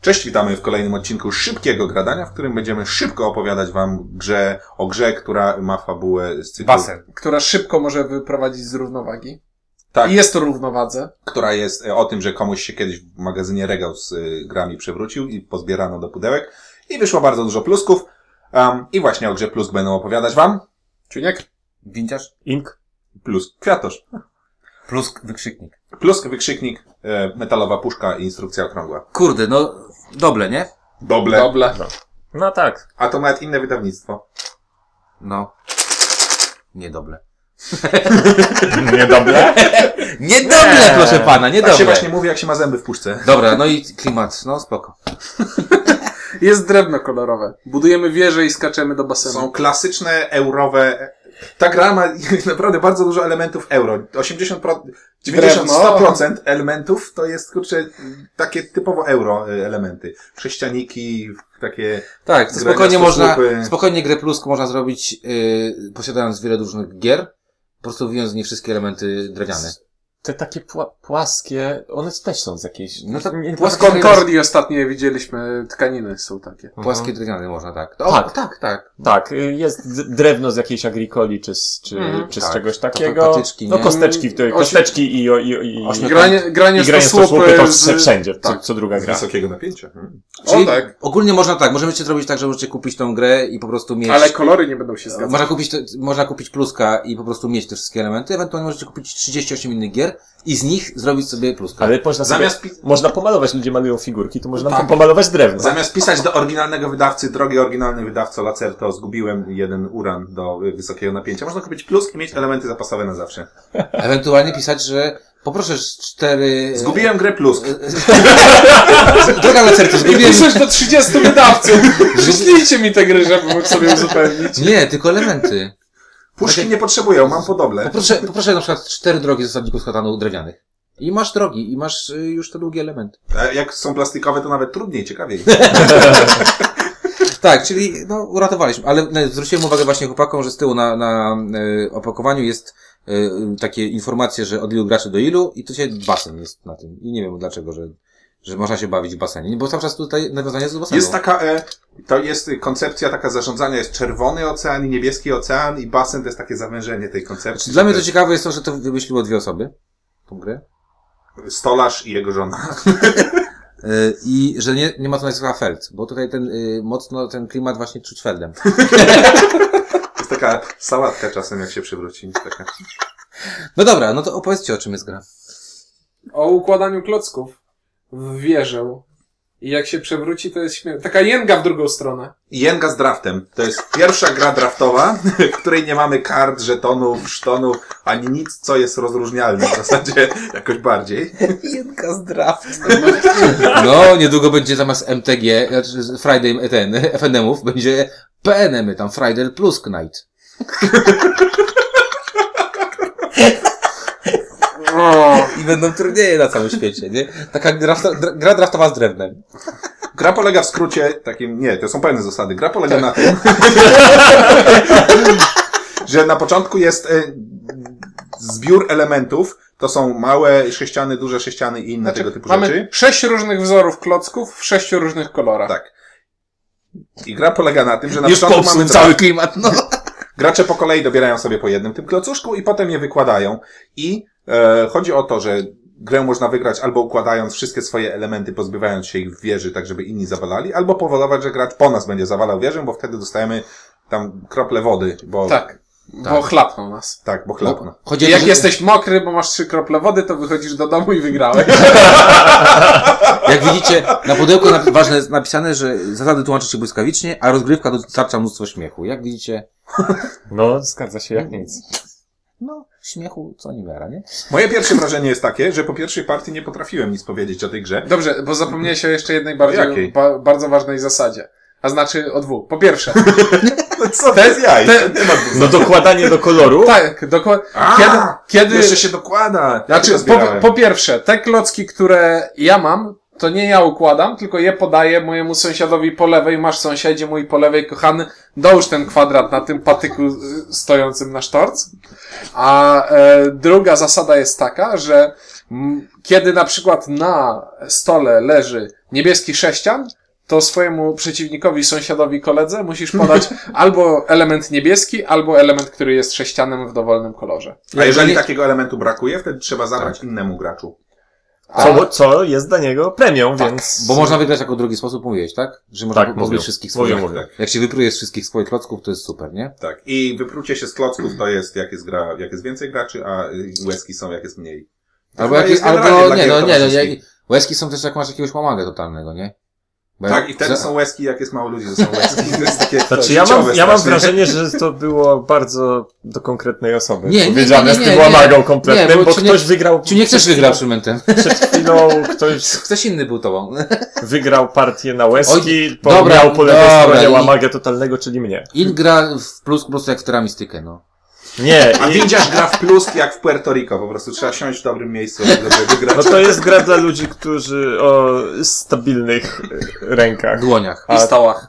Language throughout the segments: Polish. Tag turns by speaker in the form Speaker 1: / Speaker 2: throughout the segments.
Speaker 1: Cześć, witamy w kolejnym odcinku Szybkiego Gradania, w którym będziemy szybko opowiadać wam grze, o grze, która ma fabułę z cyklu...
Speaker 2: Basen.
Speaker 3: która szybko może wyprowadzić z równowagi.
Speaker 1: Tak.
Speaker 3: I jest to równowadze.
Speaker 1: która jest e, o tym, że komuś się kiedyś w magazynie regał z y, grami przewrócił i pozbierano do pudełek i wyszło bardzo dużo plusków. Em, I właśnie o grze plusk będą opowiadać wam.
Speaker 3: Czuniek?
Speaker 2: Winciarz?
Speaker 4: Ink?
Speaker 1: Plus kwiatosz,
Speaker 2: Plus wykrzyknik.
Speaker 1: plus wykrzyknik, e, metalowa puszka i instrukcja okrągła.
Speaker 2: Kurde, no, dobre, nie?
Speaker 1: Doble.
Speaker 3: Doble.
Speaker 4: No tak.
Speaker 1: A to nawet inne wydawnictwo.
Speaker 2: No. Niedoble.
Speaker 4: Niedobre?
Speaker 2: Niedoble,
Speaker 4: Nie.
Speaker 2: proszę pana,
Speaker 1: Tak się
Speaker 2: niedoble.
Speaker 1: właśnie mówi, jak się ma zęby w puszce.
Speaker 2: Dobra, no i klimat, no spoko.
Speaker 3: Jest drewno kolorowe. Budujemy wieże i skaczemy do basenu.
Speaker 1: Są klasyczne, eurowe... Ta gra ma naprawdę bardzo dużo elementów euro. 80%, pro- 90,
Speaker 3: Drewno.
Speaker 1: 100% elementów to jest, kurczę, takie typowo euro y, elementy. Sześcianiki, takie...
Speaker 2: Tak, to
Speaker 1: Grania
Speaker 2: spokojnie
Speaker 1: w
Speaker 2: można,
Speaker 1: słupy.
Speaker 2: spokojnie grę plusku można zrobić, yy, posiadając wiele różnych gier, po prostu wyjąc z niej wszystkie elementy drewniane.
Speaker 4: Te takie pła- płaskie, one też są z jakiejś...
Speaker 2: No to
Speaker 4: nie,
Speaker 3: Z Concordii ostatnio je widzieliśmy, tkaniny są takie.
Speaker 2: Płaskie drewniane można, tak. To,
Speaker 4: Tak.
Speaker 2: tak, tak.
Speaker 4: Tak, y, jest d- drewno z jakiejś agrikoli, czy z, czy,
Speaker 3: Mhm.
Speaker 4: czy z
Speaker 2: Tak.
Speaker 4: czegoś
Speaker 2: to
Speaker 4: takiego.
Speaker 2: patyczki,
Speaker 4: no
Speaker 2: nie?
Speaker 4: kosteczki, to,
Speaker 3: Mm,
Speaker 4: kosteczki i... i, i, i
Speaker 1: tak.
Speaker 2: Ośmiu-
Speaker 3: Granie, granie,
Speaker 4: I granie
Speaker 3: w to słupy
Speaker 4: to
Speaker 3: z...
Speaker 4: wszędzie, co,
Speaker 3: tak.
Speaker 4: co druga
Speaker 1: Z
Speaker 4: gra.
Speaker 1: wysokiego napięcia. Hmm.
Speaker 2: Czyli
Speaker 3: O tak.
Speaker 2: ogólnie można tak, możemy cię zrobić tak, że możecie kupić tą grę i po prostu mieć...
Speaker 3: Ale kolory nie będą się
Speaker 1: No.
Speaker 3: zgadzać.
Speaker 2: Można kupić, te- można kupić pluska i po prostu mieć te wszystkie elementy, ewentualnie możecie kupić 38 innych gier i z nich zrobić sobie pluska.
Speaker 4: Ale można sobie,
Speaker 1: Zamiast, pi-
Speaker 4: można pomalować, ludzie malują figurki, to można
Speaker 1: Tak.
Speaker 4: pomalować drewno.
Speaker 1: zamiast pisać do oryginalnego wydawcy, drogi oryginalny wydawco Lacerto, zgubiłem jeden uran do y, wysokiego napięcia. Można kupić plusk i mieć elementy zapasowe na zawsze.
Speaker 2: Ewentualnie pisać, że poproszę cztery...
Speaker 1: Zgubiłem grę plusk.
Speaker 2: y, Droga lacerto,
Speaker 3: I
Speaker 2: zgubiłem...
Speaker 3: piszesz do 30 wydawców. Przyślijcie mi te gry, żeby mógł sobie uzupełnić.
Speaker 2: Nie, tylko elementy.
Speaker 1: Puszki nie potrzebują, mam podobne.
Speaker 2: Poproszę, poproszę na przykład cztery drogi z zasadników składanu drewnianych. I masz drogi, i masz y, już te długie elementy.
Speaker 1: A E, Jak są plastikowe, to nawet trudniej, ciekawiej.
Speaker 2: Tak, czyli no, uratowaliśmy. Ale no, zwróciłem uwagę właśnie chłopakom, że z tyłu na, na y, opakowaniu jest y, takie informacje, że od ilu graczy do ilu i tu się basen jest na tym. I nie wiem dlaczego, że, że można się bawić w basenie. Bo cały czas tutaj nawiązanie jest do basenu.
Speaker 1: Jest taka, e, to jest y, koncepcja taka zarządzania, jest czerwony ocean i niebieski ocean i basen to jest takie zawężenie tej koncepcji.
Speaker 2: Znaczy, Dla mnie to ciekawe jest to, że to wymyśliło dwie osoby. Tą grę.
Speaker 1: Stolarz i jego żona.
Speaker 2: Y, I że nie, nie ma to nazwiska Feld, bo tutaj ten y, mocno ten klimat właśnie czuć Feldem.
Speaker 1: To jest taka sałatka czasem, jak się przywróci. Taka.
Speaker 2: No dobra, no to opowiedzcie o czym jest gra.
Speaker 3: O układaniu klocków w wieżę. I jak się przewróci, to jest śmierć. Taka jęga w drugą stronę.
Speaker 1: Jenga z draftem. To jest pierwsza gra draftowa, w której nie mamy kart, żetonów, sztonów, ani nic, co jest rozróżnialne w zasadzie jakoś bardziej.
Speaker 2: Jedynka z draftem. No, niedługo będzie zamiast MTG, znaczy Friday ten, FNM-ów, będzie PNM, tam Friday plus Knight. I będą turnieje na całym świecie, nie? Taka drafta, dra- gra draftowa z drewnem.
Speaker 1: Gra polega w skrócie takim, nie, to są pełne zasady. Gra polega na tym, że na początku jest e, zbiór elementów, to są małe sześciany, duże sześciany i inne tego typu
Speaker 3: Znaczy, mamy
Speaker 1: rzeczy.
Speaker 3: sześć różnych wzorów klocków w sześciu różnych kolorach.
Speaker 1: Tak. I gra polega na tym, że na
Speaker 2: Już
Speaker 1: początku
Speaker 2: popsuł
Speaker 1: mamy
Speaker 2: cały klimat, no.
Speaker 1: Gracze po kolei dobierają sobie po jednym tym klocuszku i potem je wykładają. I e, chodzi o to, że grę można wygrać albo układając wszystkie swoje elementy, pozbywając się ich w wieży, tak żeby inni zawalali, albo powodować, że gracz po nas będzie zawalał wieżę, bo wtedy dostajemy tam krople wody, bo tak,
Speaker 3: Tak, No. bo chlapną nas.
Speaker 1: tak bo chlapno.
Speaker 2: no. Chodzi o
Speaker 3: I
Speaker 2: to,
Speaker 3: jak
Speaker 2: że-
Speaker 3: jesteś mokry, bo masz trzy krople wody, to wychodzisz do domu i wygrałeś.
Speaker 2: Jak widzicie, na pudełku na, ważne jest napisane, że zasady tłumaczy się błyskawicznie, a rozgrywka dostarcza mnóstwo śmiechu. Jak widzicie,
Speaker 4: No, zgadza się jak nic.
Speaker 2: Mm. no, śmiechu co nie miara, nie?
Speaker 1: Moje pierwsze wrażenie jest takie, że po pierwszej partii nie potrafiłem nic powiedzieć o tej grze.
Speaker 3: Dobrze, bo zapomniałeś o jeszcze jednej bardzo,
Speaker 1: Jakiej?
Speaker 3: ba, bardzo ważnej zasadzie. A znaczy o dwóch. Po pierwsze,
Speaker 1: No co to jest jaj?
Speaker 3: te-
Speaker 1: Nie ma dużo.
Speaker 4: No dokładanie do koloru.
Speaker 3: tak, dokładnie.
Speaker 1: A,
Speaker 3: Kiedy, kiedy
Speaker 1: Jeszcze się dokłada.
Speaker 3: Znaczy,
Speaker 1: Ja
Speaker 3: po,
Speaker 1: zbierałem.
Speaker 3: po pierwsze, te klocki, które ja mam, to nie ja układam, tylko je podaję mojemu sąsiadowi po lewej. Masz sąsiedzie mój po lewej, kochany, dołóż ten kwadrat na tym patyku y, stojącym na sztorc. A e, druga zasada jest taka, że M, Kiedy na przykład na stole leży niebieski sześcian, to swojemu przeciwnikowi, sąsiadowi, koledze musisz podać albo element niebieski, albo element, który jest sześcianem w dowolnym kolorze.
Speaker 1: A jeżeli
Speaker 2: nie-
Speaker 1: takiego elementu brakuje, wtedy trzeba zabrać
Speaker 3: Tak.
Speaker 1: innemu graczu.
Speaker 3: A-
Speaker 4: Co, co jest dla niego premią,
Speaker 3: Tak.
Speaker 4: więc...
Speaker 2: Bo można wygrać jako drugi sposób, mówiłeś, tak? Że można
Speaker 4: Tak,
Speaker 2: tak,
Speaker 4: mówią.
Speaker 2: pozbyć wszystkich swoich.
Speaker 4: Mówią, mówią.
Speaker 2: Jak się wypruje z wszystkich swoich klocków, to jest super, nie?
Speaker 1: Tak. I wyprucie się z klocków to jest, jak jest, gra, jak jest więcej graczy, a y, łezki są, jak jest mniej. To
Speaker 2: Albo,
Speaker 1: chyba
Speaker 2: jakieś,
Speaker 1: Znaczy, jest generalnie
Speaker 2: albo
Speaker 1: dla
Speaker 2: nie,
Speaker 1: gier
Speaker 2: no nie, no nie.
Speaker 1: towarzyskich.
Speaker 2: Łezki są też jak masz jakiegoś łamagę totalnego, nie? Bo
Speaker 1: Tak,
Speaker 2: jak-
Speaker 1: i wtedy
Speaker 2: za-
Speaker 1: są łezki, jak jest mało ludzi, to są łezki. To jest takie
Speaker 4: Znaczy, ja mam,
Speaker 1: życiowe
Speaker 4: ja mam
Speaker 1: strasznie.
Speaker 4: wrażenie, że to było bardzo do konkretnej osoby.
Speaker 2: Nie, nie,
Speaker 4: powiedziane
Speaker 2: nie, nie,
Speaker 4: z tym
Speaker 2: nie.
Speaker 4: łamagą kompletnym,
Speaker 2: Nie, bo
Speaker 4: bo,
Speaker 2: czy nie-
Speaker 4: ktoś wygrał.
Speaker 2: Czy nie chcesz
Speaker 4: przed-
Speaker 2: wygrać instrumentem?
Speaker 4: Przed chwilą ktoś
Speaker 2: Ktoś inny był tobą.
Speaker 4: wygrał partię na łezki,
Speaker 2: Oj,
Speaker 4: po,
Speaker 2: dobra,
Speaker 4: miał po lewej
Speaker 2: dobra,
Speaker 4: stronie
Speaker 2: i-
Speaker 4: łamagę totalnego, czyli mnie.
Speaker 2: In gra w plus po prostu jak w teramistykę, no.
Speaker 4: Nie,
Speaker 1: A
Speaker 4: i,
Speaker 1: windziarz gra w plusk jak w Puerto Rico, po prostu trzeba siąść w dobrym miejscu, żeby wygrać.
Speaker 4: no to jest gra dla ludzi, którzy o stabilnych e, rękach.
Speaker 2: W dłoniach.
Speaker 3: I stołach.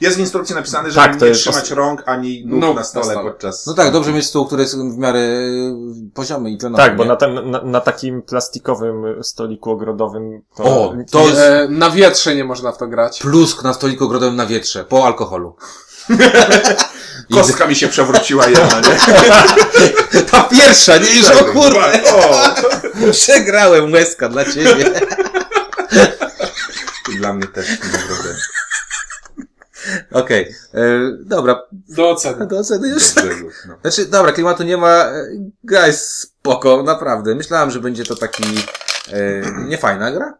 Speaker 1: Jest w instrukcji napisane, że
Speaker 4: Tak, to
Speaker 1: nie
Speaker 4: jest
Speaker 1: trzymać
Speaker 4: os-
Speaker 1: rąk ani nóg
Speaker 3: Nóg
Speaker 1: na stole
Speaker 3: na stole.
Speaker 1: podczas...
Speaker 2: No tak, dobrze mieć stół, który jest w miarę e, poziomy i tlenowy.
Speaker 4: Tak,
Speaker 2: No,
Speaker 4: bo
Speaker 2: nie?
Speaker 4: na, ten, na, na takim plastikowym stoliku ogrodowym to,
Speaker 2: O, to jest
Speaker 3: E, na wietrze nie można w to grać.
Speaker 2: plusk na stoliku ogrodowym na wietrze, po alkoholu.
Speaker 1: Kostka mi się przewróciła jedna, nie?
Speaker 2: Ta pierwsza, nie? Już o kurwa,
Speaker 1: O!
Speaker 2: przegrałem łezka dla ciebie.
Speaker 1: Dla mnie też, naprawdę.
Speaker 2: Okej, e, dobra,
Speaker 3: Do oceny.
Speaker 2: do oceny już.
Speaker 1: Do brzegu, no.
Speaker 2: Znaczy, dobra, klimatu nie ma, e, gra jest spoko, naprawdę. Myślałem, że będzie to taki, e, niefajna gra,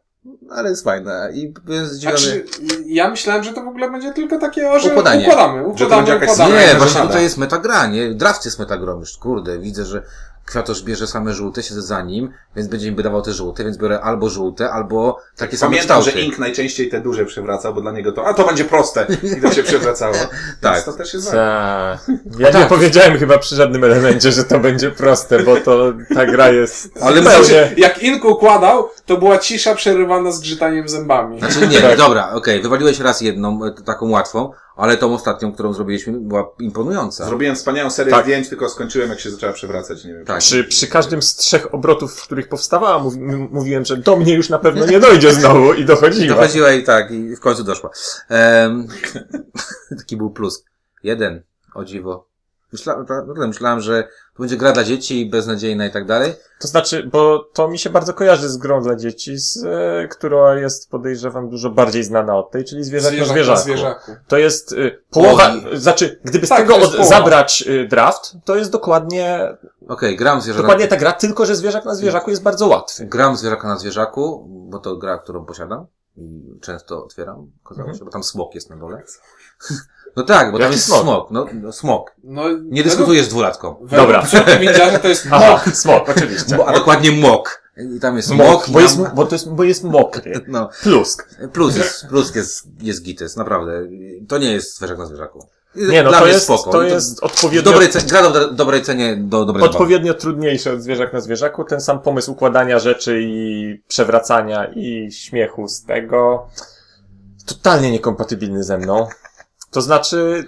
Speaker 2: ale jest fajna i byłem zdziwiony.
Speaker 3: Znaczy, ja myślałem, że to w ogóle będzie tylko takie, o, że
Speaker 2: Układanie.
Speaker 3: układamy,
Speaker 1: Że to będzie
Speaker 3: układamy,
Speaker 1: jakaś
Speaker 3: układamy.
Speaker 1: zmiana.
Speaker 2: Nie,
Speaker 1: zasada.
Speaker 2: właśnie tutaj jest metagra, nie? Draft jest metagrą już, kurde, widzę, że Kwiatosz bierze same żółte, siedzę za nim, więc będzie mi wydawał te żółte, więc biorę albo żółte, albo takie same
Speaker 1: Pamiętam,
Speaker 2: kształty.
Speaker 1: że Ink najczęściej te duże przewracał, bo dla niego to, a to będzie proste. I to się przewracało. Więc to też jest tak.
Speaker 4: Ta. Ja nie
Speaker 2: tak.
Speaker 4: powiedziałem chyba przy żadnym elemencie, że to będzie proste, bo to ta gra jest
Speaker 2: Ale
Speaker 4: zupełnie...
Speaker 3: Jak Ink układał, to była cisza przerywana zgrzytaniem zębami.
Speaker 2: Znaczy nie,
Speaker 4: Tak.
Speaker 2: dobra, okej, wywaliłeś raz jedną, e, t- taką łatwą, ale tą ostatnią, którą zrobiliśmy, była imponująca.
Speaker 1: Zrobiłem wspaniałą serię
Speaker 4: Tak.
Speaker 1: zdjęć, tylko skończyłem, jak się zaczęła przewracać, nie wiem.
Speaker 2: tak.
Speaker 4: Przy, przy każdym z trzech obrotów, w których powstawała, mówi, m- mówiłem, że do mnie już na pewno nie dojdzie znowu i dochodziła.
Speaker 2: Dochodziła i tak, i w końcu doszła. Em, taki był plus. Jeden, o dziwo. Myślałem, naprawdę myślałem, że to będzie gra dla dzieci i beznadziejna i tak dalej.
Speaker 4: To znaczy, bo to mi się bardzo kojarzy z grą dla dzieci, z, e, która jest, podejrzewam, dużo bardziej znana od tej, czyli Zwierzak na zwierzaku.
Speaker 3: zwierzaku.
Speaker 4: To jest y, połowa,
Speaker 2: Połowi.
Speaker 4: znaczy, gdyby z
Speaker 3: Tak,
Speaker 4: tego
Speaker 3: to jest
Speaker 4: od,
Speaker 3: połowa.
Speaker 4: zabrać y, draft, to jest dokładnie,
Speaker 2: Okej, gram zwierzaka.
Speaker 4: dokładnie ta gra, tylko że Zwierzak na zwierzaku jest bardzo łatwy.
Speaker 2: Gram zwierzaka na zwierzaku, bo to gra, którą posiadam i często otwieram, okazało
Speaker 4: Mhm.
Speaker 2: się, bo tam smok jest na dole. No tak, bo tam
Speaker 4: Jaki
Speaker 2: jest smok,
Speaker 4: smok?
Speaker 2: no, no smok.
Speaker 3: No,
Speaker 2: Nie dyskutujesz z dwulatką.
Speaker 4: Dobra.
Speaker 3: Windziarza to jest
Speaker 4: Aha,
Speaker 3: mok.
Speaker 4: smok, oczywiście.
Speaker 2: Mo- a dokładnie mok. I tam jest mok,
Speaker 4: Smok,
Speaker 2: i
Speaker 4: bo
Speaker 2: tam-
Speaker 4: jest, bo, to jest, bo jest mokry.
Speaker 2: No,
Speaker 4: Plusk.
Speaker 2: plus jest, plus jest, jest gitys, naprawdę. To nie jest zwierzak na zwierzaku.
Speaker 4: Nie no,
Speaker 2: Dla
Speaker 4: to
Speaker 2: mnie
Speaker 4: jest,
Speaker 2: spoko.
Speaker 4: to jest
Speaker 2: W
Speaker 4: odpowiednio,
Speaker 2: dobrej, ce- gra do- do dobrej cenie do dobrej zabawy.
Speaker 4: odpowiednio trudniejsze od zwierzak na zwierzaku. Ten sam pomysł układania rzeczy i przewracania i śmiechu z tego. Totalnie niekompatybilny ze mną. To znaczy,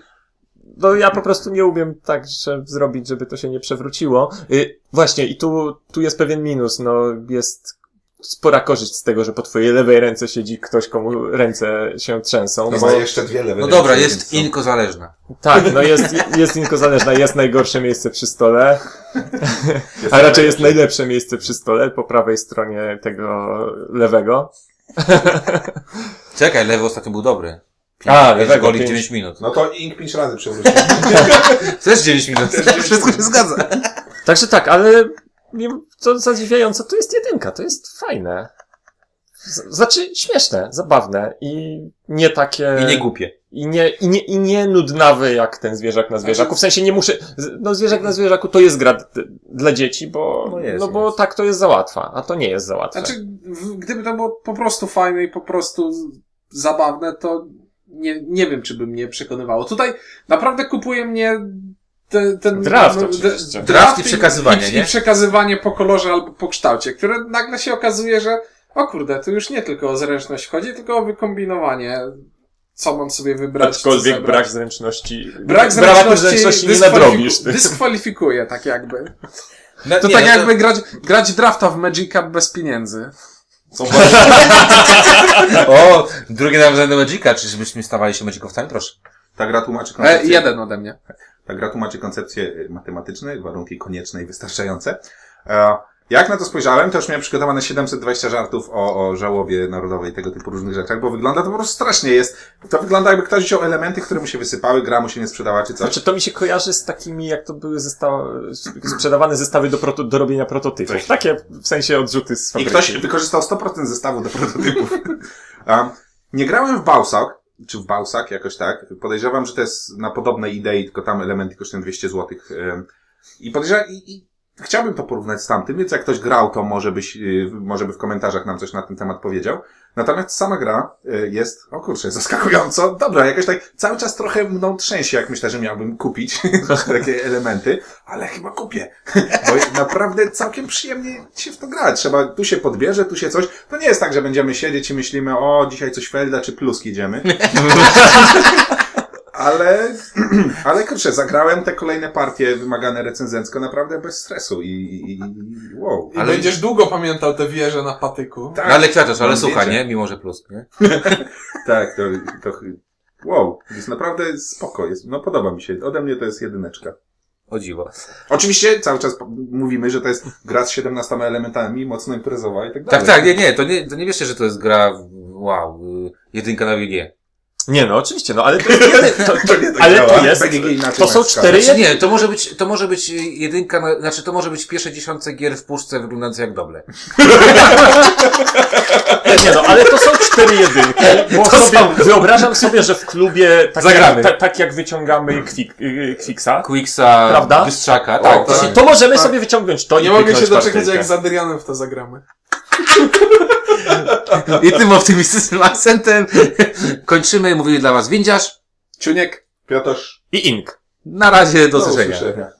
Speaker 4: no ja po prostu nie umiem tak że zrobić, żeby to się nie przewróciło. Y, właśnie, i tu, tu jest pewien minus, no jest spora korzyść z tego, że po twojej lewej ręce siedzi ktoś, komu ręce się trzęsą.
Speaker 1: No
Speaker 4: bo-
Speaker 1: ma jeszcze dwie lewe
Speaker 2: No dobra,
Speaker 1: ręce,
Speaker 2: jest
Speaker 1: więc
Speaker 2: inkozależna.
Speaker 4: Tak, no jest, jest inkozależna, jest najgorsze miejsce przy stole,
Speaker 1: są- jest
Speaker 4: a raczej jest najlepsze miejsce przy stole, po prawej stronie tego lewego.
Speaker 2: Czekaj, lewy ostatnio był dobry.
Speaker 4: A,
Speaker 2: Jest
Speaker 4: lewego,
Speaker 2: goli
Speaker 4: pięć.
Speaker 2: 9 minut.
Speaker 1: No to Ink pięć razy przewrócił.
Speaker 2: Też 9 minut. Wszystko się zgadza.
Speaker 4: Także tak, ale nie- co zadziwiające, to jest jedynka, to jest fajne. Z- Znaczy, śmieszne, zabawne i nie takie...
Speaker 2: I nie głupie.
Speaker 4: I nie, i nie, i nie nudnawy jak ten zwierzak na zwierzaku. W sensie nie muszę. z- No zwierzak na zwierzaku to jest gra d- dla dzieci, bo.
Speaker 2: No
Speaker 4: No,
Speaker 2: jest,
Speaker 4: bo
Speaker 2: jest.
Speaker 4: tak to jest za łatwa, a to nie jest za łatwe.
Speaker 3: Znaczy, w- gdyby to było po prostu fajne i po prostu z- zabawne, to nie, nie wiem, czy by mnie przekonywało. Tutaj naprawdę kupuje mnie te, ten...
Speaker 4: Draft
Speaker 3: no, d-
Speaker 4: oczywiście.
Speaker 2: Draft i przekazywanie,
Speaker 3: i,
Speaker 2: nie?
Speaker 3: I przekazywanie po kolorze albo po kształcie, które nagle się okazuje, że o kurde, tu już nie tylko o zręczność chodzi, tylko o wykombinowanie, co mam sobie wybrać, co
Speaker 4: Aczkolwiek
Speaker 3: zabrać.
Speaker 4: brak zręczności.
Speaker 3: Brak
Speaker 4: braku
Speaker 3: zręczności,
Speaker 4: zręczności nie
Speaker 3: dyskwalifiku-
Speaker 4: nadrobisz. Ty.
Speaker 3: Dyskwalifikuje, tak jakby.
Speaker 2: No,
Speaker 3: To
Speaker 2: nie,
Speaker 3: tak
Speaker 2: no
Speaker 3: jakby grać, grać drafta w Magica bez pieniędzy.
Speaker 2: O, drugie nawiązanie do Magica. Czyżbyśmy stawali się Magicowcami? Proszę.
Speaker 1: Ta Tak, gra tłumaczy
Speaker 3: E,
Speaker 1: koncepcję,
Speaker 3: jeden ode mnie.
Speaker 1: ta gra tłumaczy Tak, koncepcje y, matematyczne, warunki konieczne i wystarczające. E, Jak na to spojrzałem, to już miałem przygotowane 720 żartów o, o żałobie narodowej, tego typu różnych rzeczach, bo wygląda to po prostu strasznie. Jest, to wygląda jakby ktoś wziął elementy, które mu się wysypały, gra mu się nie sprzedała czy coś.
Speaker 4: Znaczy, to mi się kojarzy z takimi, jak to były zesta... sprzedawane zestawy do, proto... do robienia prototypów. Takie w sensie odrzuty z
Speaker 1: I
Speaker 4: fabryki.
Speaker 1: ktoś wykorzystał 100% zestawu do prototypów. Em, nie grałem w Bałsak, czy w Bałsak, jakoś tak. Podejrzewam, że to jest na podobnej idei, tylko tam elementy kosztują 200 zł. I podejrzewam, i, i chciałbym to porównać z tamtym, więc jak ktoś grał, to może byś, y, może by w komentarzach nam coś na ten temat powiedział. Natomiast sama gra y, jest, o kurczę, zaskakująco dobra, jakoś tak cały czas trochę mną trzęsie, jak myślę, że miałbym kupić takie elementy, ale chyba kupię, bo naprawdę całkiem przyjemnie się w to gra. Trzeba, tu się podbierze, tu się coś, to nie jest tak, że będziemy siedzieć i myślimy, o, dzisiaj coś Felda czy Pluski idziemy. Ale, ale kurczę, zagrałem te kolejne partie wymagane recenzencko naprawdę bez stresu i, i, i wow.
Speaker 5: I
Speaker 2: Ale-
Speaker 5: będziesz długo pamiętał te wieże na patyku.
Speaker 1: Tak,
Speaker 2: No, ale kwiatusz, ale
Speaker 1: No,
Speaker 2: słucha,
Speaker 1: wiecie.
Speaker 2: nie? Mimo, że plus, nie?
Speaker 1: tak, to, to wow, jest naprawdę spoko, jest, no podoba mi się, ode mnie to jest jedyneczka.
Speaker 2: O dziwo.
Speaker 1: Oczywiście cały czas po- mówimy, że to jest gra z 17 elementami, mocno imprezowa i tak dalej.
Speaker 2: Tak, tak, nie, nie, to nie, to nie wiesz, że to jest gra, w- wow, y, jedynka na nie.
Speaker 4: Nie no, oczywiście, no ale to jest... jeden- To, to,
Speaker 1: To nie tak
Speaker 4: ale
Speaker 1: działa.
Speaker 4: to jest...
Speaker 1: PGG inaczej
Speaker 4: To są
Speaker 1: naciska.
Speaker 4: cztery...
Speaker 2: Znaczy nie, to może być, to może być y, jedynka, na, znaczy to może być pierwsze dziesiątce gier w puszce wyglądające jak doble.
Speaker 4: Nie no, ale to są cztery jedynki. Bo sobie, Wyobrażam sobie, że w klubie tak,
Speaker 2: Zagramy.
Speaker 4: Jak, ta, tak jak wyciągamy kwik, y, Quicksa,
Speaker 2: Quicksa,
Speaker 4: Prawda?
Speaker 2: Bystrzaka, tak.
Speaker 5: tak.
Speaker 2: Się,
Speaker 4: to możemy
Speaker 5: Tak.
Speaker 4: sobie wyciągnąć to i
Speaker 5: Nie mogę się
Speaker 4: pyknąć
Speaker 5: doczekać,
Speaker 4: pasztelkę.
Speaker 5: jak z Adrianem w to zagramy.
Speaker 2: I tym optymistycznym akcentem kończymy, mówili dla was Windziarz.
Speaker 5: Ciuniek.
Speaker 1: Piotr,
Speaker 4: I ink.
Speaker 2: Na razie,
Speaker 1: do
Speaker 2: do usłyszenia.
Speaker 1: No, usłyszenia.